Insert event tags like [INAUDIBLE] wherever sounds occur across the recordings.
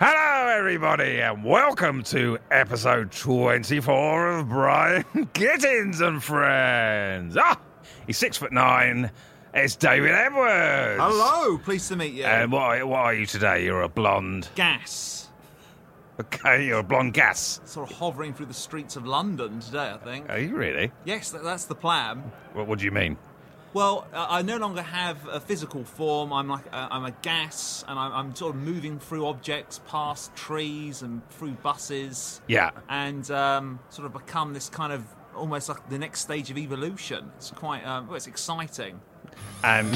Hello, everybody, and welcome to episode 24 of Brian [LAUGHS] Gittins and Friends. Ah, he's six foot nine. It's David Edwards. Hello, pleased to meet you. And what are, what are you today? You're a blonde. Gas. Okay, you're a blonde gas. Sort of hovering through the streets of London today, I think. Are you really? Yes, that, that's the plan. What, what do you mean? Well, uh, I no longer have a physical form. I'm like uh, I'm a gas, and I'm, I'm sort of moving through objects, past trees, and through buses. Yeah. And um, sort of become this kind of almost like the next stage of evolution. It's quite um, well, it's exciting. And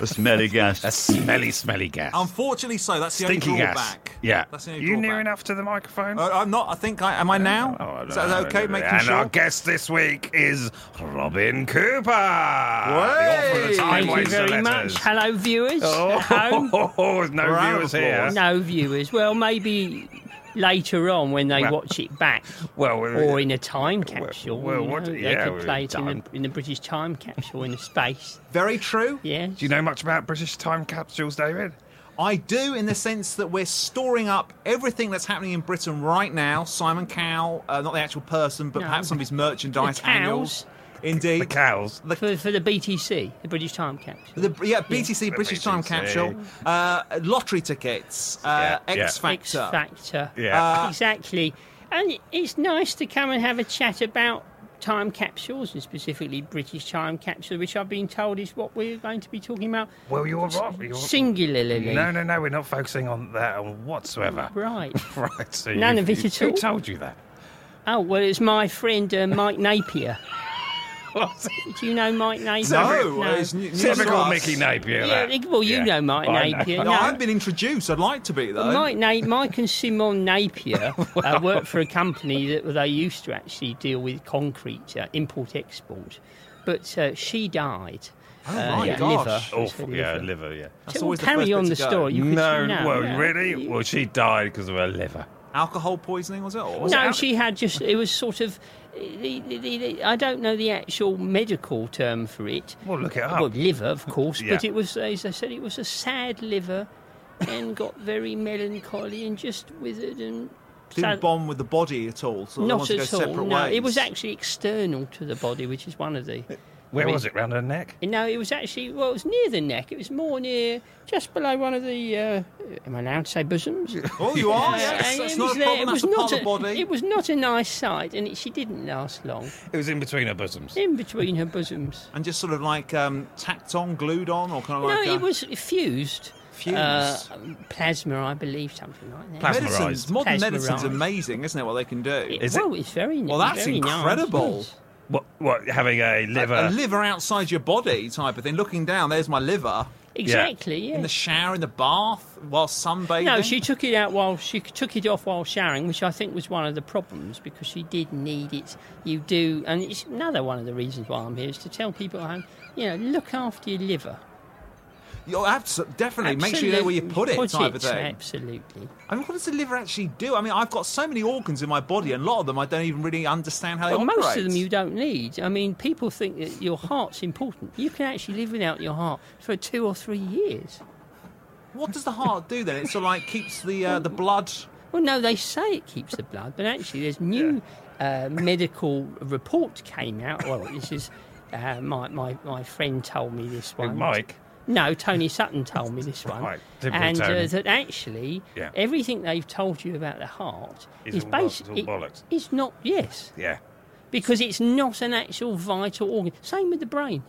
A smelly gas. a smelly, smelly gas. Unfortunately, so that's the Stinky only gas. drawback. Yeah. That's the only you drawback. near enough to the microphone? Uh, I'm not. I think I am. I now. Oh, I don't Is that know. okay? Making and sure. our guest this week is Robin Cooper, the author of Way! the Time Thank you Waster very Letters. much. Hello, viewers Oh, at home. [LAUGHS] no Round viewers of here. applause. No viewers. Well, maybe later on when they Well- watch it back, Well, we- or in a time capsule. well, you what- know, yeah, they well, could play it in time- the, in the British time capsule in a space. Very true. Yeah. Do you know much about British time capsules, David? I do, in the sense that we're storing up everything that's happening in Britain right now. Simon Cowell, uh, not the actual person, but No. perhaps some of his merchandise The cows. annuals. Indeed. The cows. For, for the BTC, the British time capsule. The- yeah, BTC, British Time BTC. Capsule, uh, lottery tickets, uh, Yeah, yeah. X X Factor. Factor. Yeah. Uh, exactly. And it- it's nice to come and have a chat about time capsules and specifically British time capsule, which I've been told is what we're going to be talking about Well, you're right. You're... singularly. No, no, no. We're not focusing on that whatsoever. [LAUGHS] Right. Right. So None you- of it at Who all? told you that? Oh, well, it's my friend uh, Mike Napier. [LAUGHS] Do you know Mike Napier? No, it's new- news to Typical us. Mickey Napier. Yeah, that. well, you Yeah. know Mike I know. Napier. No, I no. haven't been introduced. I'd like to be, though. Mike, Na- Mike and [LAUGHS] Simon Napier uh, worked for a company that they used to actually deal with concrete uh, import export, but uh, she died. oh, uh, my yeah, gosh. liver. Awful. Yeah, liver. Yeah. That's So we'll always the first carry bit on to the go. story. You could No, no, well, no. really? Well, she died because of her liver. Alcohol poisoning, was it? Or was it No, al- she had just. It was sort of. The, the, the, the, I don't know the actual medical term for it. Well, look it up. Well, liver, of course, but Yeah. it was, as I said, it was a sad liver and got very melancholy and just withered and. sad- Didn't bond with the body at all. So they not wanted to at go all. separate No, ways. it was actually external to the body, which is one of the. Where I mean- was it? Round her neck? No, it was actually well, it was near the neck. It was more near, just below one of the. Uh, am I allowed to [LAUGHS] say bosoms? Oh, you are? Uh, yes. and That's it not was a there. problem. It was That's a part not of the body. It was not a nice sight, and it, she didn't last long. It was in between her bosoms. In between her bosoms. And just sort of like um, tacked on, glued on, or kind of like no, uh, it was fused. Uh, Fused. plasma, I believe, something like that. Plas- medicines. mesmerised. Modern Mesmerised. medicine's amazing, isn't it? What they can do. Is it- well, it's very Well, that's very nice, incredible. yes. What, what, having a liver? A liver outside your body type of thing. Looking down, there's my liver Exactly, yeah. in the shower, in the bath, while sunbathing. no, she took it out while she took it off while showering, which I think was one of the problems because she did need it. You do, and it's another one of the reasons why I'm here is to tell people, at home, you know, look after your liver. You're abso- definitely make sure you know where you put it, Put type of it, thing. Absolutely. I mean, what does the liver actually do? I mean, I've got so many organs in my body, and a lot of them I don't even really understand how Well, they most operate. of them you don't need. I mean, people think that your heart's important. You can actually live without your heart for two or three years. What does the heart do then? It sort of like keeps the uh, the blood. Well, no, they say it keeps the blood, but actually, there's new uh, medical report came out. Well, this is uh, my, my my friend told me this one. Mike? No, Tony Sutton told me this one, Right, typical and Tony. uh, that actually Yeah. everything they've told you about the heart Is is all bo- is basi- all it- bollocks. It's not yes Yeah. because it's not an actual vital organ. Same with the brain.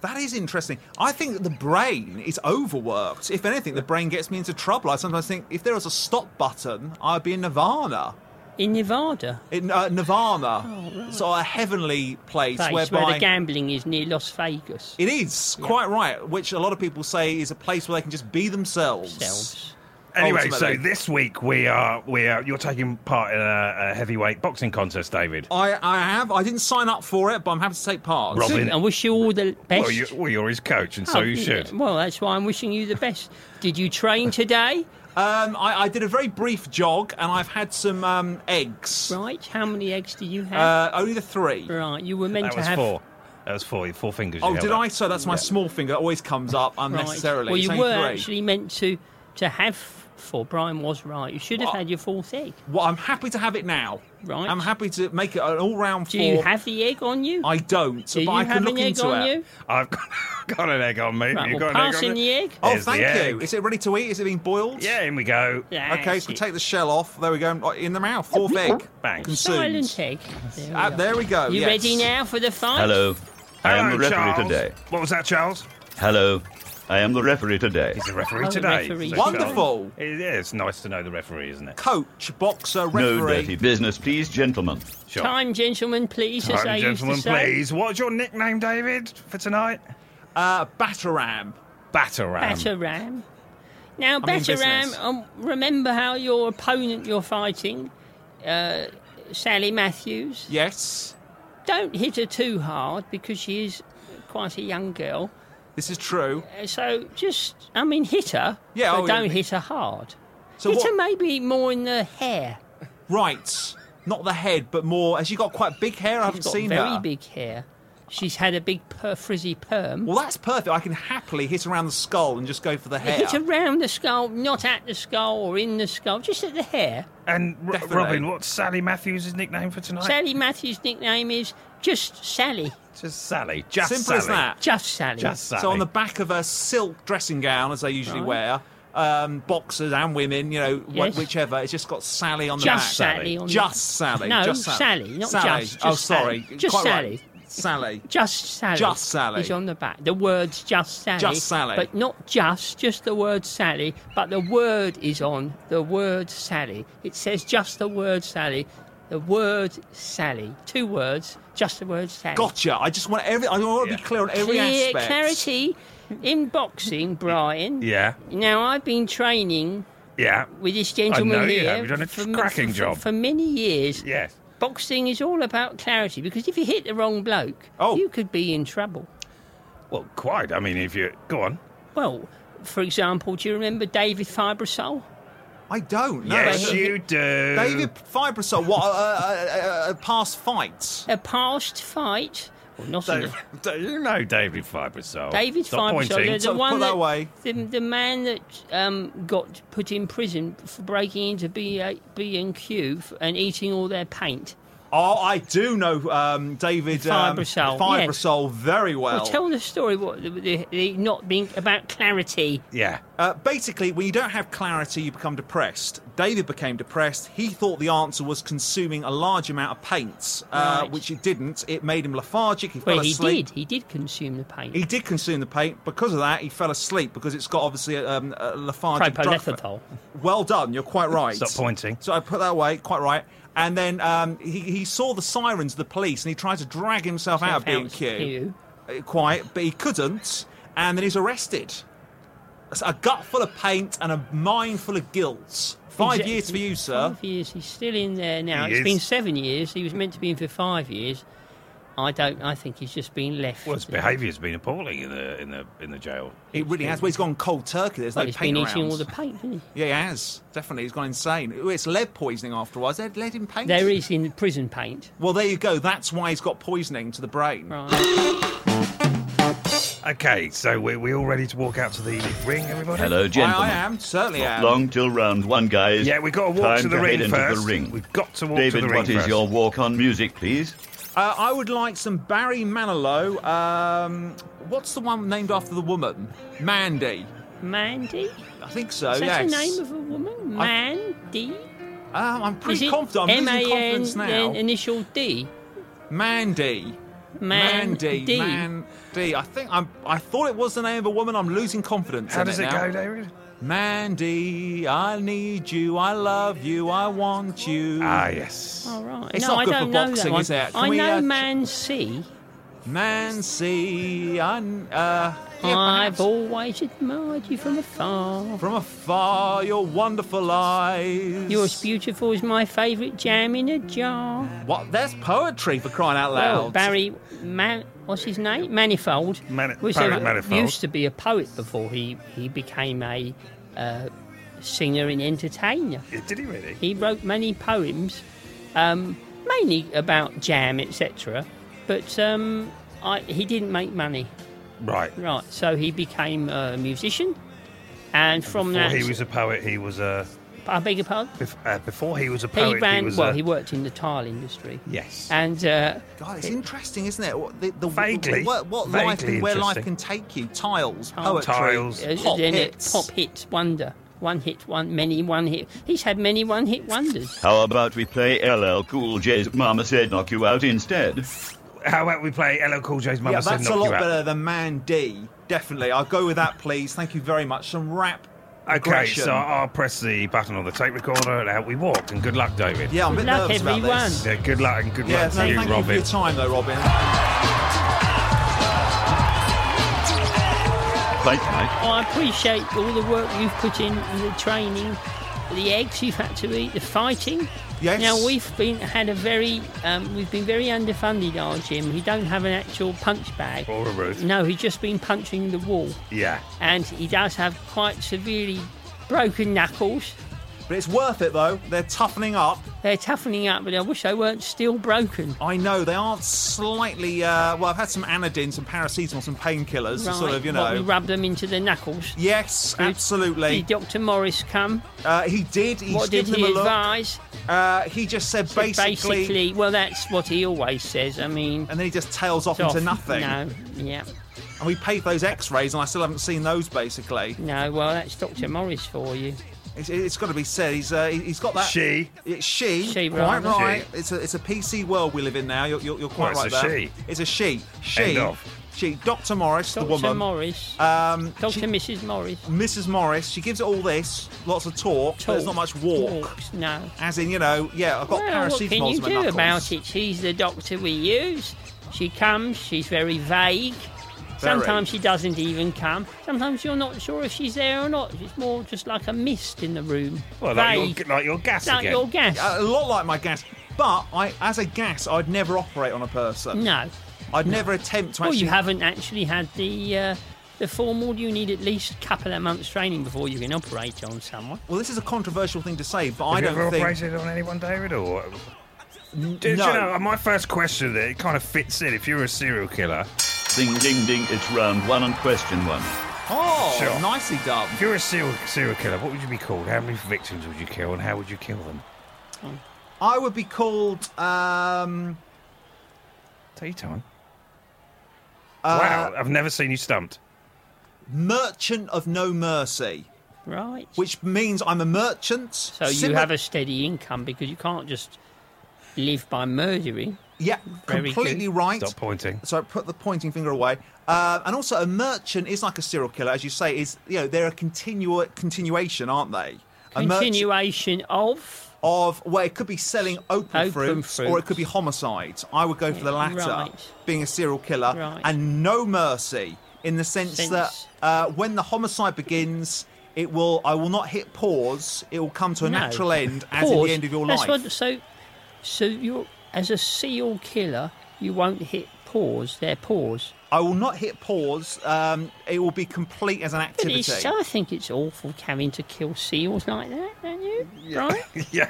That is interesting. I think that the brain is overworked. If anything, the brain gets me into trouble. I sometimes think if there was a stop button, I'd be in Nirvana. In Nevada, In uh, Nirvana, so a heavenly place, Oh, place whereby where the gambling is near Las Vegas. it is quite right, which a lot of people say is a place where they can just be themselves. Selves. Anyway, Ultimately. so this week we are we are you're taking part in a, a heavyweight boxing contest, David. I, I have. I didn't sign up for it, but I'm happy to take part. Rob- Good. Robin- I wish you all the best. Well, you, well, you're his coach, and so Oh, you yeah. should. Well, that's why I'm wishing you the best. Did you train today? Um, I, I did a very brief jog, and I've had some um, eggs. Right. How many eggs did you have? Uh, only the three. right. You were meant That to was have. four. That was four. Four fingers. you Oh, held did up. [LAUGHS] I? So that's my small finger. It always comes up Right. unnecessarily. Well, It's you only were three. actually meant to to have four. Brian was right. You should have What? had your fourth egg. Well, I'm happy to have it now. Right. I'm happy to make it an all-round Do four. you have the egg on you? I don't, Do you but I have can look an egg into on it. you? I've got, got an egg on me. Right. you Well, got an egg on pass in me? the egg. Oh, There's the thank you. egg. Is it ready to eat? Is it being boiled? Yeah, in we go. Okay, That's so we it. take the shell off. There we go. Right, In the mouth. Fourth egg. Bang. Consumed. silent egg. There we, Ah, are. there we go. You yes. ready now for the fight? Hello. I am Hello, the referee Um, Charles. today. What was that, Charles? Hello. I am the referee today. He's the referee Oh, the today. referee. So, Wonderful. Charles, It is nice to know the referee, isn't it? Coach, boxer, referee. No dirty business, please, gentlemen. Sure. Time, gentlemen, please. as Time, they used to gentlemen, say. please. What's your nickname, David, for tonight? Uh, Bataram. Batarang. Bataram. Now, Um, I'm in business. Bataram, um, remember how your opponent you're fighting, uh, Sally Matthews, Yes, don't hit her too hard because she is quite a young girl. this is true. Uh, So just, I mean, hit her, Yeah, but oh, don't yeah. hit her hard. So hit what- her maybe more in the hair. Right. Not the head, but more. Has she got quite big hair? I haven't She's got seen very her. big hair. She's had a big per- frizzy perm. Well, that's perfect. I can happily hit around the skull and just go for the hair. Hit around the skull, not at the skull or in the skull, just at the hair. And R- Definitely. Robin, what's Sally Matthews' nickname for tonight? Sally Matthews' nickname is just Sally. Just Sally. Just Simple Sally. as that. Just Sally. Just Sally. So on the back of a silk dressing gown, as they usually wear, um, boxers and women, you know, wh- Yes. whichever. It's just got Sally on the Just back. Sally. on the- Just Sally. No, just Sally. Sally, not Sally. just. oh, just sorry. Sally. Just Quite Sally. Right. Sally. Just Sally. Just Sally. Is on the back. The word's just Sally. Just Sally. But not just, just the word Sally, but the word is on the word Sally. It says just the word Sally. The word Sally. Two words, just the word Sally. Gotcha. I just want every. I want to be Yeah. clear on every Clear aspect. clarity in boxing, Brian. Yeah. Now, I've been training Yeah. with this gentleman know you here have. You've done a for, cracking for- job. for many years. Yes. Boxing is all about clarity because if you hit the wrong bloke, Oh. you could be in trouble. Well, quite. I mean, if you go on. Well, for example, do you remember David Fibrosol? I don't. know. yes, but- you do. David Fibrosol, what uh, a, a, a, a uh, past fight. A past fight, well, not in Do, a- do you know David Fibrosol? David Oh, Stop Fibrosol, pointing. the, the So one put that away. The, the man that um, got put in prison for breaking into B and Q f- and eating all their paint. Oh, I do know um, David um, Fibrosol, Fibrosol very well. Well, tell the story. What the, the, the not being about clarity. Yeah. Uh, basically, when you don't have clarity, you become depressed. David became depressed. He thought the answer was consuming a large amount of paint, uh, Right. which it didn't. It made him lethargic. He Well, fell he asleep. did. He did consume the paint. He did consume the paint. Because of that, he fell asleep because it's got obviously a, um, a lethargic drug. Propylethazole. Well done. You're quite right. Stop pointing. So I put that away. Quite right. And then um, he, he saw the sirens, of the police, and he tried to drag himself out of Found B&Q. Q. uh, Quite, but he couldn't. And then he's arrested. It's a gut full of paint and a mind full of guilt. Five He's- years for you, sir. Five years. He's still in there now. He It's is. been seven years. He was meant to be in for five years. I don't. I think he's just been left. Well, his behaviour's been appalling in the in the in the jail. It really has. Well, he's gone cold turkey. There's Well, no he's paint been around. eating all the paint. Hasn't he? Yeah, he has. Definitely, he's gone insane. Ooh, It's lead poisoning afterwards. They lead in paint. There is in prison paint. Well, there you go. That's why he's got poisoning to the brain. Right. Okay, so we're, we all ready to walk out to the ring, everybody? Hello, gentlemen. I, I am, certainly am. Long till round one, guys. Yeah, we've got to walk Time to the head ring into first. the ring. We've got to walk to David, the ring what is first. your walk-on music, please? Uh, I would like some Barry Manilow. Um, what's the one named after the woman? Mandy. Mandy? I think so, Is that Oh, yes. the name of a woman? I- Mandy? Um, I'm Is pretty it confident. I'm losing M-A-N, confidence now. then initial D? Mandy. Mandy. Mandy. Mandy. I think I'm. I thought it was the name of a woman. I'm losing confidence. How in does it, it now. go, David? Mandy, I need you. I love you. I want you. Ah, yes. All right. It's no, not I good for don't know boxing, that one. is it? Can I we, know uh, Man C. Mancy, I. n- Uh, yeah, I've perhaps. always admired you from afar. From afar, your wonderful eyes. You're as beautiful as my favourite jam in a jar. What? That's poetry for crying out loud. Well, Barry Man, what's his name? Manifold. Mani- was Barry a- Manifold. used to be a poet before he he became a uh, singer and entertainer. Did he really? He wrote many poems, um, mainly about jam, etc. But um, I, he didn't make money, Right. right? So he became a musician, and from Before that, he was a poet, he was a. I beg your pardon. bef- uh, before he was a He poet, he, ran was well. a. He worked in the tile industry, yes. and uh, God, it's interesting, isn't it? What, the, the, Vaguely- what, what life vaguely and where life interesting. can take you. Tiles, Tiles. poetry, Tiles. Uh, pop then it- hits. pop hits wonder. One hit, one many one hit. He's had many one hit wonders. How about we play LL Cool J's Mama Said Knock You Out instead? How about we play LL Cool J's Mama Yeah, Said that's a Knock lot You Out? better than Man D. Definitely, I'll go with that, please. Thank you very much. Some rap Okay, aggression. so I'll press the button on the tape recorder and out we walk. And good luck, David. yeah, I'm a bit Good luck, nervous about this. everyone. Yeah, good luck and good Yeah, luck no, to you, thank you for Robin. your time, though, Robin. Fight night. Oh, I appreciate all the work you've put in, the training, the eggs you've had to eat, the fighting. Yes. Now we've been had a very um, we've been very underfunded our gym. We don't have an actual punch bag. Or a Ruth. No, he's just been punching the wall, Yeah. and he does have quite severely broken knuckles. But it's worth it, though. They're toughening up. They're toughening up, but I wish they weren't still broken. I know they are slightly. Uh, well, I've had some anodine, some paracetamol, some painkillers, to sort of, you what, we know. rub them into the knuckles. yes, absolutely. Did Dr. Morris come? Uh, he did. He's What did given he them a look. advise? Uh, he just said basically, Basically, well, that's what he always says. I mean, and then he just tails off off. into nothing. No, yeah, And we paid those X-rays, and I still haven't seen those. Basically, no. Well, that's Dr. Morris for you. it's, it's got to be said. He's uh, he- he's got that. She. It's she. She, quite rather. right. It's a it's a PC world we live in now. You're, you're, you're quite Well, right it's a there. she. It's a she. She. End of. She. Dr. Morris, Dr. the woman. Morris. um, Dr. she- Mrs. Morris. Mrs. Morris. She gives it all this. Lots of talk. but There's not much walk. Talks, no. As in, you know, yeah, I've got Well, what paracetamol can you in my do knuckles. about it? She's the doctor we use. She comes, she's very vague. Sometimes she doesn't even come. Sometimes you're not sure if she's there or not. It's more just like a mist in the room. Well, vague. like your, like your gas like again. your gas. A a lot like my gas, but I, as a gas, I'd never operate on a person. no. I'd never attempt to Well, actually. you haven't actually had the uh, the formal. You need at least a couple of months training before you can operate on someone. Well, this is a controversial thing to say, but I Have you don't ever think. operated on anyone, David? Or Did no. you know? My first question there, it kind of fits in. If you're a serial killer, Ding, ding, ding. It's round one and question one. Oh, Sure. nicely done. if you're a serial serial killer, what would you be called? How many victims would you kill, and how would you kill them? I would be called. Um, Take your time. uh, wow, I've never seen you stumped. Merchant of No Mercy, Right. which means I'm a merchant. so you have a steady income because you can't just live by murdering. Yeah, Very completely good. right. Stop [LAUGHS] pointing. [LAUGHS] So I put the pointing finger away. Uh, and also, a merchant is like a serial killer, as you say. Is you know they're a continual continuation, aren't they? A merchant Continuation of of well, it could be selling open, Open fruits, or it fruits. could be homicides. I would go for the latter, Right. being a serial killer, Right. and no mercy in the sense, Sense. that uh, when the homicide begins, it will. I will not hit pause. It will come to a no. natural end, as in Pause. the end of your That's life. What, so, so you're as a seal killer, you won't hit pause. Their pause. I will not hit pause. Um, it will be complete as an But activity. it's, so I think it's awful having to kill seals like that, don't you? Right? yeah.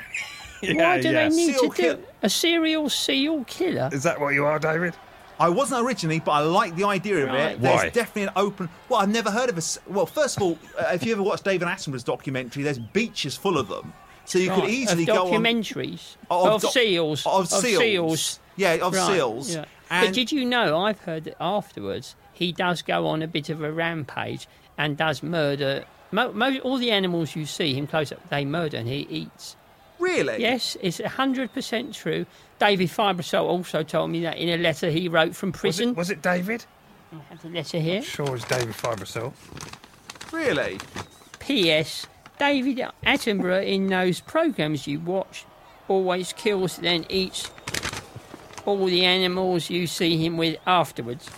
Why do yeah. they need Seal to kill- do a serial seal killer? Is that what you are, David? I wasn't originally, but I like the idea of Right. it. There's Why? definitely an open. Well, I've never heard of a. s- Well, first of all, uh, if you ever watched David Attenborough's documentary, there's beaches full Oh, of them, so you Right, could easily of go on. Oh, documentaries of of, doc- seals of seals. Yeah, of Right, seals. yeah. And- But did you know? I've heard that afterwards he does go on a bit of a rampage and does murder. Mo- mo- all the animals you see him close up, they murder and he eats. Really? Yes, it's hundred percent true. David Fibrosol also told me that in a letter he wrote from Was prison. it, was it David? I have the letter here. Sure as David Fibrosol. Really? P.S. David Attenborough in those programs you watch always kills then eats all the animals you see him with afterwards.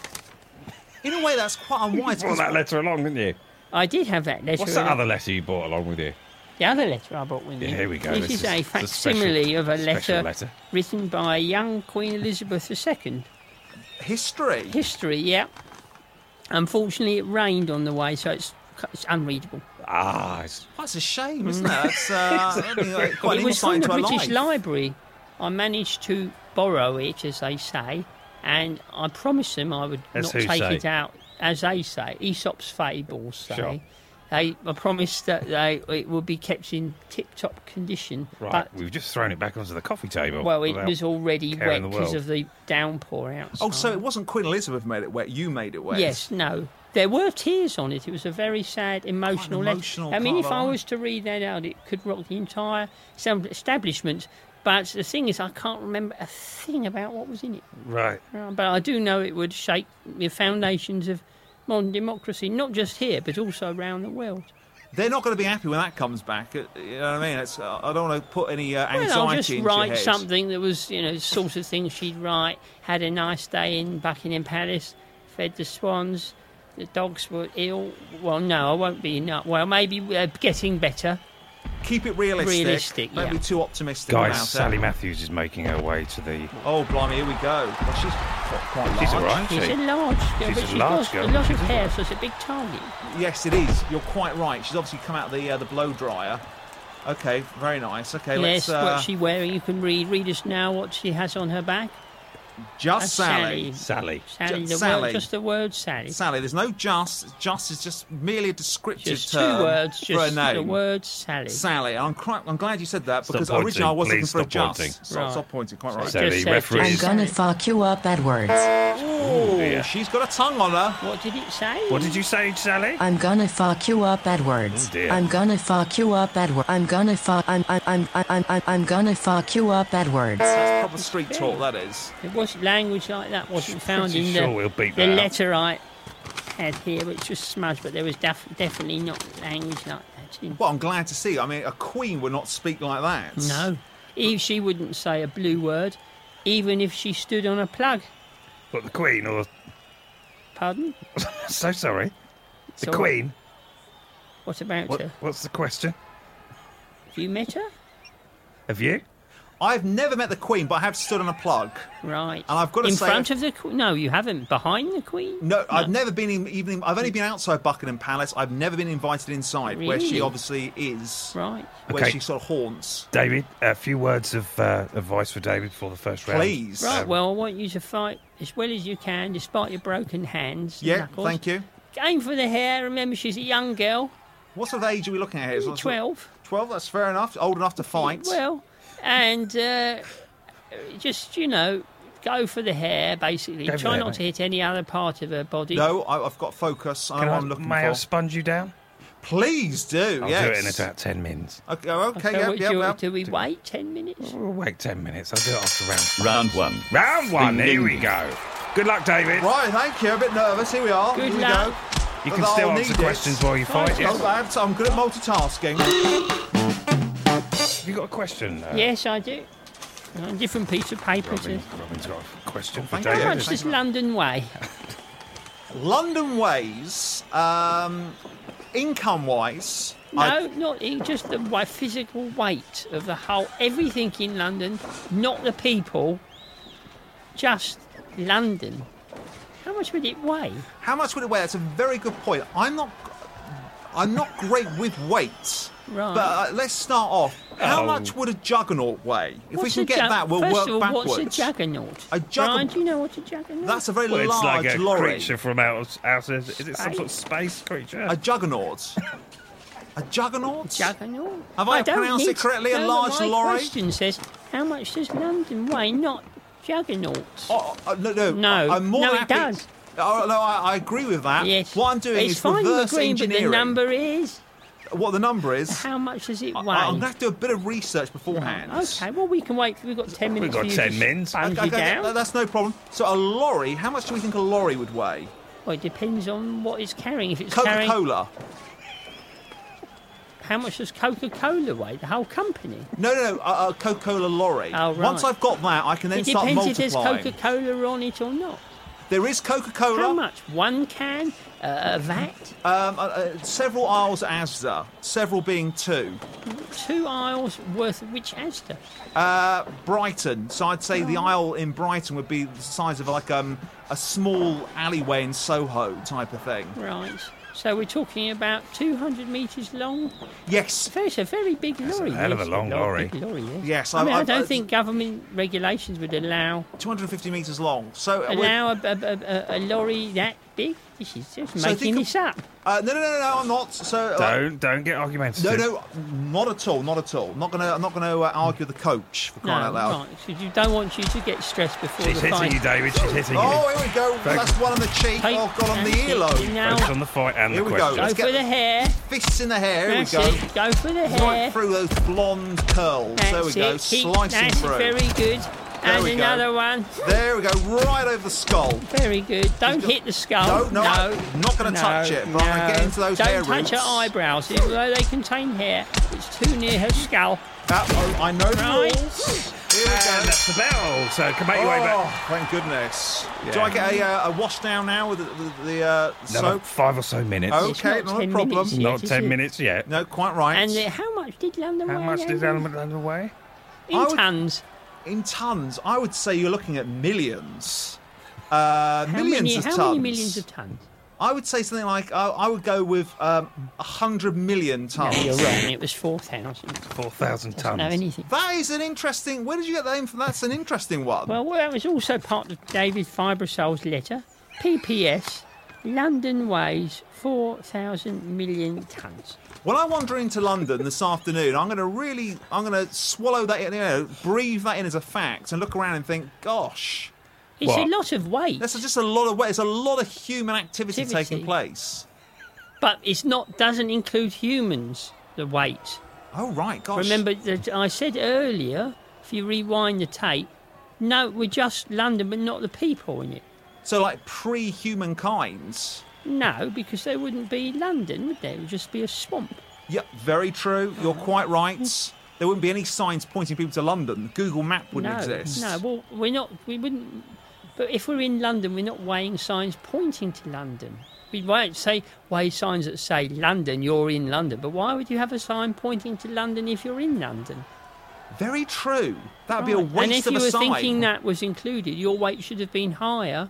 In a way, that's quite You unwise. brought 'cause- that letter along, didn't you? I did have that letter. What's in- that other letter you brought along with you? The other letter I brought with me. Yeah, here we go. This, This is, is- a it's a special- facsimile of a special letter, letter. written by young Queen Elizabeth II. history. History, yeah. Unfortunately, it rained on the way, so it's, it's unreadable. Ah, it's That's a shame, isn't it? That's [LAUGHS] uh, that'd be, like, quite an it was insight from the into our British life. Library. I managed to borrow it, as they say, and I promised them I would As not who take say? it out, as they say, Aesop's fables say. Sure. They, I promised that they it would be kept in tip-top condition, right. but We've just thrown it back onto the coffee table. well, it without- was already care in wet the because world. of the downpour outside. Oh, so it wasn't Queen Elizabeth made it wet. You made it wet. Yes, no. There were tears on it. It was a very sad, emotional letter. emotional I mean, part of if I it. was to read that out, it could rock the entire sem- establishment. But the thing is, I can't remember a thing about what was in it. right. Uh, But I do know it would shake the foundations of modern democracy, not just here, but also around the world. They're not going to be happy when that comes back. uh, You know what I mean? It's, uh, I don't want to put any uh, anxiety Well, I'll just into your write head. something that was, you know, sort of thing she'd write. Had a nice day in Buckingham Palace, fed the swans, the dogs were ill. Well, no, I won't be. Not, well, maybe uh, getting better. Keep it realistic. Realistic, Don't yeah. be too optimistic Guys, about Sally it. Matthews is making her way to the. Oh, blimey, here we go. Well, she's quite, quite She's all large. right. She's isn't a she? large girl, She's but a she's large lost girl, a lot she's of a- hair, so it's a big target. Yes, it is. You're quite right. She's obviously come out of the uh, the blow dryer. Okay, very nice. Okay, let's yes, uh, what's she wearing? You can read. Read us now what she has on her back. A just Sally. Sally. Sally, Just the Sally. Word, just the word Sally. Sally, there's no just. Just is just merely a descriptive Just term two words, uh, for a just name. the word Sally. Sally, I'm, quite, I'm glad you said that Stop because pointing. originally I was looking Please for a stop just. pointing. Stop, Right. stop pointing, quite right. So Just the said referees. I'm gonna fuck you up, Edwards. Oh, dear. she's got a tongue on her. What did it say? What did you say, Sally? I'm gonna fuck you up, Edwards. Oh, dear. I'm gonna fuck you up, Edwards. I'm gonna fuck. I'm I'm I'm I'm I'm- I'm I'm gonna fuck you up, Edwards. That's proper street talk, that is. It was language like that wasn't found pretty in sure the, we'll beat the that out. letter I had here, which was smudged, but there was def- definitely not language like that. In. Well, I'm glad to see. I mean, a queen would not speak like that. No, Eve, she wouldn't say a blue word, even if she stood on a plug. But the Queen, or [LAUGHS] Pardon? so sorry. The So Queen. What about What, her? what's the question? Have you met her? Have you? I've never met the queen, but I have stood on a plug. Right. And I've gotta in say- front of the queen. No, you haven't. Behind the queen. No, I've never been in, even. In, I've only been outside Buckingham Palace. I've never been invited inside, where she Really? obviously is, Right. where Okay. she sort of haunts. David, a few words of uh, advice for David before the first round. Please. Right. Um, well, I want you to fight as well as you can, despite your broken hands. and Yeah, knuckles. thank you. Aim for the hair. Remember, she's a young girl, What sort of age are we looking at here? Is it- twelve. Twelve. That's fair enough. Old enough to fight. Well, and uh, just you know, go for the hair. Basically, Go for the try hair, not to hit any other part of her body. no, I, I've got focus. I know Can what I, I'm looking may I for. sponge you down? Please do. I'll yes. do it in about 10 minutes. Okay. Okay. So yep, what, yep, do, yep. do we wait ten minutes? We'll wait 10 minutes. I'll do it after round. Round one. Round one, Ding, here we ding. go. Good luck, David. Right. Thank you. A bit nervous. Here we are. Good Here we luck. go. You But can I'll still need answer it. questions while you fight. Oh, Yes. I'm, I'm good at multitasking. Have you got a question? Uh, Yes, I do. On different piece of paper. to- Robin, Robin's got a question for thank you. How Yeah, much David. just- does London weigh? London ways, um, income wise. No, not e- just the wa- physical weight of the whole, everything in London, not the people, just London. How much would it weigh? how much would it weigh? That's a very good point. I'm not, I'm not great with weights. Right. But uh, let's start off. Oh. How much would a juggernaut weigh? If we What's can a get jug- that, we'll First work of all, backwards. What's a juggernaut? A juggernaut- Brian, do you know what a juggernaut? That's a very Well, it's large like a lorry. creature from out, outer. Is it some sort of space creature? A juggernaut. a juggernaut? juggernaut. Have I don't pronounced it need to correctly? A know, large my lorry? question says, how much does London weigh? Not juggernauts. Oh, uh, no, no, No. I, am more No, it happy. does. Oh, no, I, I agree with that. Yes. What I'm doing it's is fine reverse agreeing, engineering. but the number is What the number is? how much does it I, weigh? am going to have to do a bit of research beforehand. Okay, well we can wait. We've got ten minutes. got for you 10 to minutes. sponge Okay, it okay, down. that- that's no problem. So a lorry, how much do we think a lorry would weigh? Well, it depends on what it's carrying. If it's carrying, Coca-Cola. how much does Coca-Cola weigh? The whole company. No, no, no, a, a Coca-Cola lorry. Oh, right. Once I've got that, I can then it start depends if there's multiplying. Coca-Cola on it or not. There is Coca-Cola. How much? One can, uh, a vat, Um, uh, uh, several aisles at Asda, several being two. two aisles worth of which Asda. Uh, Brighton. So I'd say Oh. the aisle in Brighton would be the size of like um, a small alleyway in Soho type of thing. Right. So we're talking about 200 metres long. Yes. So It's a very big lorry. a hell of a yes, long lot lorry. Big lorry yes. Yes, I, I- mean, I, I- don't I- think government regulations would allow 250 metres long. So uh, we're- allow a, a, a, a, a lorry that big. This is just So making think of- this up. uh, no, no, no, no, I'm not. So uh, don't don't get argumentative. no, no, not at all, not at all. I'm not gonna, I'm not gonna uh, argue the coach for No, crying out loud. right. So you don't want you to get stressed before She's the hitting fight. you, David. She's hitting Oh, you. here we go. That's one on the cheek. Take Oh, God, on the and hit earlobe. Now Focus on the fight and Here the we go. question. go Let's for get- the hair. Fists in the hair. Here That's we go. it. Go for the hair. Right through those blonde curls. That's there we go. it. Keep- Slicing that's through. very good. and we go. another one. There we go. Right over the skull. Very good. Don't hit the skull. No, no, I'm not gonna Oh, no, touch it. No. Right, get into those Don't hair touch her roots. eyebrows, even though they contain hair. It's too near her skull. That, oh, I know the Right. Um, rules. Here we And go. that's the bell. So come back your way Oh, back. thank goodness. Do Yeah. I get a, uh, a wash down now with the, the, the uh, Another soap? five or so minutes. Oh. It's Okay, not not a 10 problem. Minutes yet, Not is ten it? minutes yet. No, quite right. And uh, how much did London How weigh much did then? Element Land weigh? In I would- tons. In tons, I would say you're looking at millions. Uh, How millions many, of how tons. many millions of tons? I would say something like uh, I would go with um, hundred million tons. You're wrong. It was four thousand. Four thousand No, tons. anything. That is an interesting. Where did you get that in from? That's an interesting one. Well, well, that was also part of David Fibrosol's letter. PPS, London weighs 4,000 million tonnes. when I wander into London this afternoon, I'm going to really, I'm going to swallow that, in, you know, breathe that in as a fact, and look around and think, gosh, It's What? a lot of weight, that's just a lot of. There's a lot of human activity, Activity. taking place. but it's not doesn't include humans, the weight. Oh right, gosh. Remember that I said earlier, if you rewind the tape, no, we're just London, but not the people in it. So like pre-humankind. No, because there wouldn't be London, would there? It would just be a swamp. Yep, very true. You're Uh-huh. quite right. There wouldn't be any signs pointing people to London. Google Map wouldn't no, exist. No, well, we're not, we wouldn't, but if we're in London, we're not weighing signs pointing to London. We won't say, weigh signs that say London, you're in London, but why would you have a sign pointing to London if you're in London? Very true. That would be a Right. waste and if of you a were sign. thinking that was included, your weight should have been higher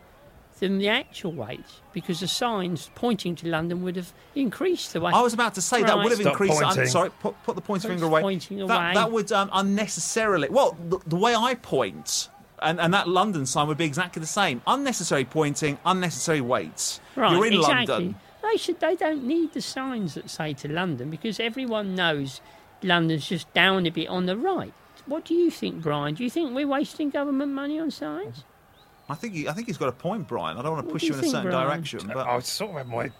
than the actual weight because the signs pointing to London would have increased the weight. I was about to say that Right. would have Stop increased. I'm pointing. sorry, put, put the pointer Put finger the away. pointing that, away. that would um, unnecessarily. Well, the, the way I point, and, and that London sign would be exactly the same. Unnecessary pointing, unnecessary weights. Right, You're in exactly. London. They should. They don't need the signs that say to London because everyone knows London's just down a bit on the right. What do you think, Brian? Do you think we're wasting government money on signs? I think you, I think he's got a point, Brian. I don't want to What push do you you in think, a certain Brian? direction, but I sort of had my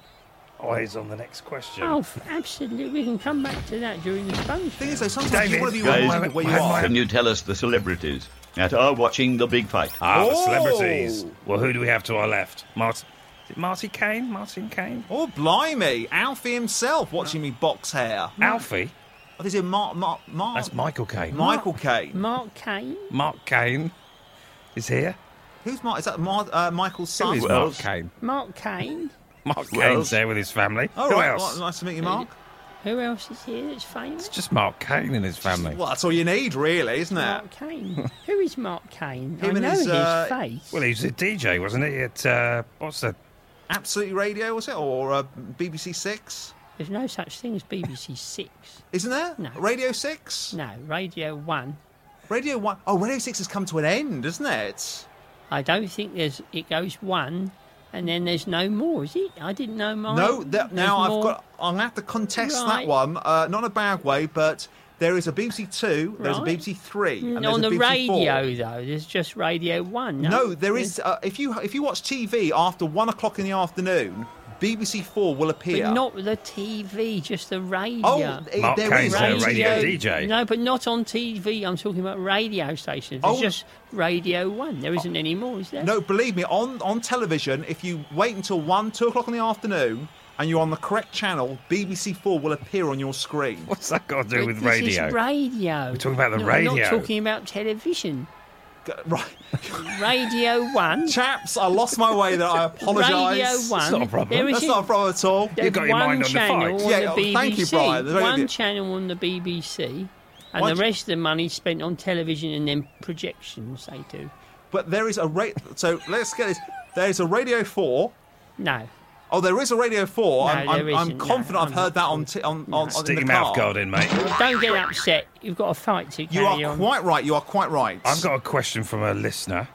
eyes on the next question. Oh, f- absolutely. We can come back to that during the sponge. thing is, though, sometimes you David, want to be guys, reminded where you why am are. I- Can you tell us the celebrities that are watching the big fight? Ah, the Oh. celebrities. Well, who do we have to our left? Martin. Is it Marty Kane? Martin Kane? Oh, blimey. Alfie himself watching me box hair. Alfie? What is it? Mark, Mark, Mark. That's Michael Kane. Michael Caine. Mark Kane. Mark Kane is here. Who's Mark? Is that Mar- uh, Michael's Who son? is Who Mark else? Kane? Mark Kane. Mark Who Kane's else? there with his family. Oh, who right. else? Well, nice to meet you, Mark. Who else is here that's famous? Just Mark Kane and his family. Well, that's all you need, really, isn't it? [LAUGHS] Mark Kane. Who is Mark Kane? Him I and know his, his uh, face. Well, he was a DJ, wasn't he? At uh, what's the Absolutely Radio, was it? Or uh, BBC Six? The There's no such thing as BBC Six. Isn't there? No. Radio 6? No, Radio One. Radio 1. Oh, Radio 6 has come to an end, isn't it? I don't think there's. It goes one, and then there's no more. Is it? I didn't know mine. No, that, now I've Oh, There's more. got. I'm going to have to contest that Right. one. Uh, not in a bad way, but there is a BBC Two, there's a Right. Mm, BBC Three, and there's on a the BBC Four. radio though, there's just Radio One. No, No, there is. Uh, if you if you watch TV after one o'clock in the afternoon, BBC Four will but appear. not the TV, just the radio. oh, it- Mark there Kane's is a radio TV. DJ. No, but not on TV. I'm talking about radio stations. There's Oh. just Radio One. There isn't any more, is there? No, believe me, on on television, if you wait until one, two o'clock in the afternoon, and you're on the correct channel, BBC Four will appear on your screen. What's that got to do But with this radio? Is radio. We're talking about the no, I'm radio. not talking about television. G- Right, [LAUGHS] Radio [LAUGHS] One. chaps, I lost my way there. I apologise. [LAUGHS] Radio One. not a problem. There That's isn't- not a problem at all. there's got your one mind on the channel fight. Yeah, the BBC, oh, thank you, Brian. There's only One the- channel on the BBC, and Why the do- rest of the money spent on television and then projections. They do. But there is a rate. So let's get this. There is a Radio Four. No. Oh, there is a Radio Four. No, I'm, I'm, there I'm isn't. No, confident I've I'm heard not that on, sure. t- on, on, on in Stick the your car. mouth guard in, mate. Don't get upset. You've got a fight to You carry are on. quite right. You are quite right. I've got a question from a listener.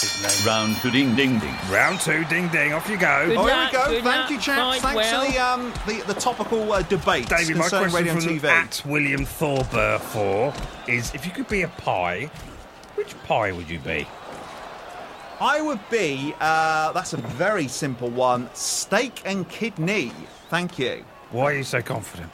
His name. Round to ding ding ding. Round two, ding ding, off you go. Good Oh, here we luck, go. good Thank luck, you, chaps. fight Thanks well. for the um the, the topical uh, debate David, my concerning question radio and from TV. at William Thorburr for is if you could be a pie, which pie would you be? I would be. Uh, that's a very simple one. Steak and kidney. Thank you. Why are you so confident?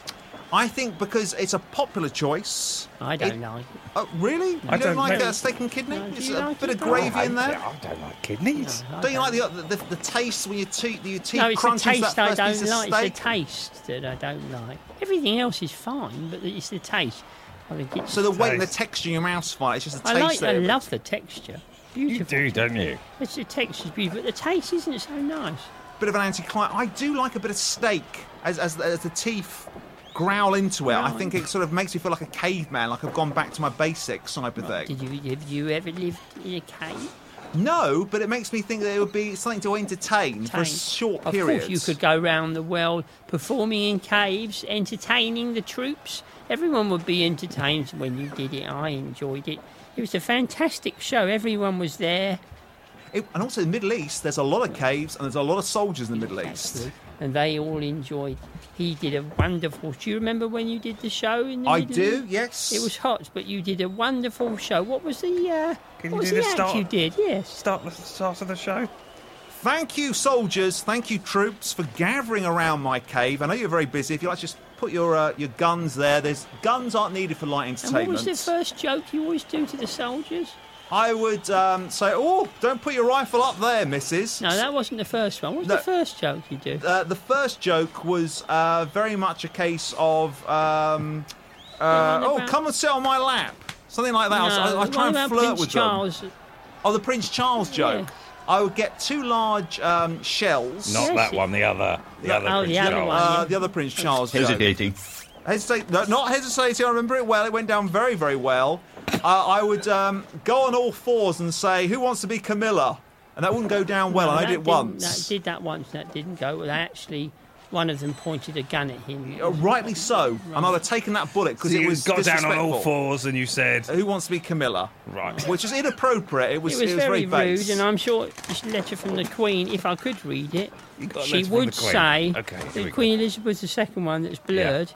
I think because it's a popular choice. I don't It- like it. Oh, really? You I don't don't like know. uh, steak and kidney? No, do it's you a like bit it? of gravy I, in there. I don't like kidneys. I Don't you like the, the, the taste when your teeth, your teeth No, it's the crunch into taste that I first don't piece of steak? like. It's the taste that I don't like. Everything else is fine, but it's the taste. I think it's. So the weight and the Taste. texture in your mouth's fine. It's just the I taste. like. I there. love the texture. You Beautiful. do, don't you? It's the texture's beautiful, but the taste isn't so nice. Bit of an anti-client. I do like a bit of steak as as, as the teeth growl into it. I Right. think it sort of makes me feel like a caveman, like I've gone back to my basics type of thing. Did you have you ever lived in a cave? No, but it makes me think that it would be something to entertain for a short of period. course, you could go round the world performing in caves, entertaining the troops. Everyone would be entertained when you did it. I enjoyed it. It was a fantastic show. Everyone was there. It- and also, in the Middle East, there's a lot of caves and there's a lot of soldiers in the Middle East. Absolutely. And they all enjoyed. He did a wonderful. Do you remember when you did the show in the I Middle do, East? yes. It was hot, but you did a wonderful show. What was the? Uh, Can you what was do the the act start? you did? Yes. Start the start of the show. Thank you, soldiers. Thank you, troops, for gathering around my cave. I know you're very busy. If you like, just put your uh, your guns there. There's guns aren't needed for light And entertainment. what was the first joke you always do to the soldiers? I would um, say, oh, don't put your rifle up there, missus. No, that wasn't the first one. What was No. the first joke you do? Uh, the first joke was uh, very much a case of, um, uh, on the oh, ground. come and sit on my lap. Something like that. I was- I, I, No, try what about and flirt Prince with them. Charles? Oh, the Prince Charles joke. I would get two large um, shells. Not Yes, that it- one, the other, the other. oh, Prince the other Charles. one. Uh, the other Prince Charles joke. Hesitating. Hesitate, no, not hesitating. I remember it well. It went down very, very well. Uh, I would um, go on all fours and say, "Who wants to be Camilla?" And that wouldn't go down well. No, and I that did it didn't- once. That did that once. That didn't go. Well, they actually, one of them pointed a gun at him. Uh, Rightly so. And I'd have taken that bullet because So it you was got down on disrespectful. all fours and you said, Who wants to be Camilla? right. Which is inappropriate. It was, It was very, very rude, base. and I'm sure this letter from the Queen, if I could read it, You got a she letter from would the Queen. say Okay, here we that go. Queen Elizabeth II, one that's blurred,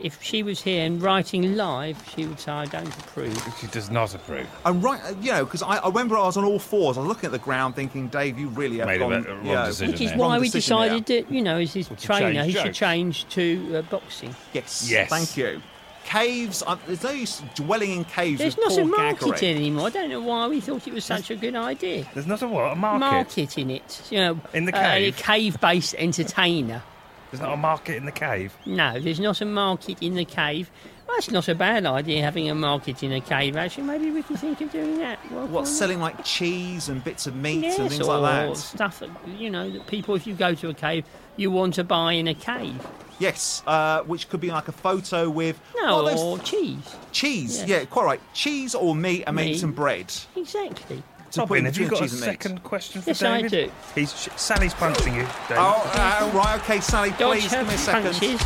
if she was here and writing live, she would say, I don't approve. She does not approve. And right, uh, you know, because I, I remember I was on all fours. I was looking at the ground, thinking, "Dave, you really have Made a gone." bit- a wrong you know, decision. Which is there. why Wrong we decision there. decided that, you know, as his should change trainer, he should jokes. change to uh, boxing. Yes. Yes. Thank you. Caves. Uh, there's no use dwelling in caves. There's with not a Paul market Gaggery. anymore. I don't know why we thought it was such a good idea. There's not a what? A market. Market in it, you know, In the uh, cave? a cave-based entertainer. There's not a market in the cave. No, there's not a market in the cave. Well, that's not a bad idea having a market in a cave. Actually, maybe we can think of doing that. Well, What why not? selling like cheese and bits of meat Yes, and things or like that. stuff that you know that people, if you go to a cave, you want to buy in a cave. Yes, uh, which could be like a photo with No, Oh, those- or cheese. cheese. yes. Yeah, quite right. Cheese or meat and maybe Meat. some bread. Exactly. to put problem in. Have you got between a cheese and meat. second question for Yes, I David? do. He's, sh- Sally's punching you, David. Oh, uh, right, okay, Sally, Dodge please her give me a second. punches.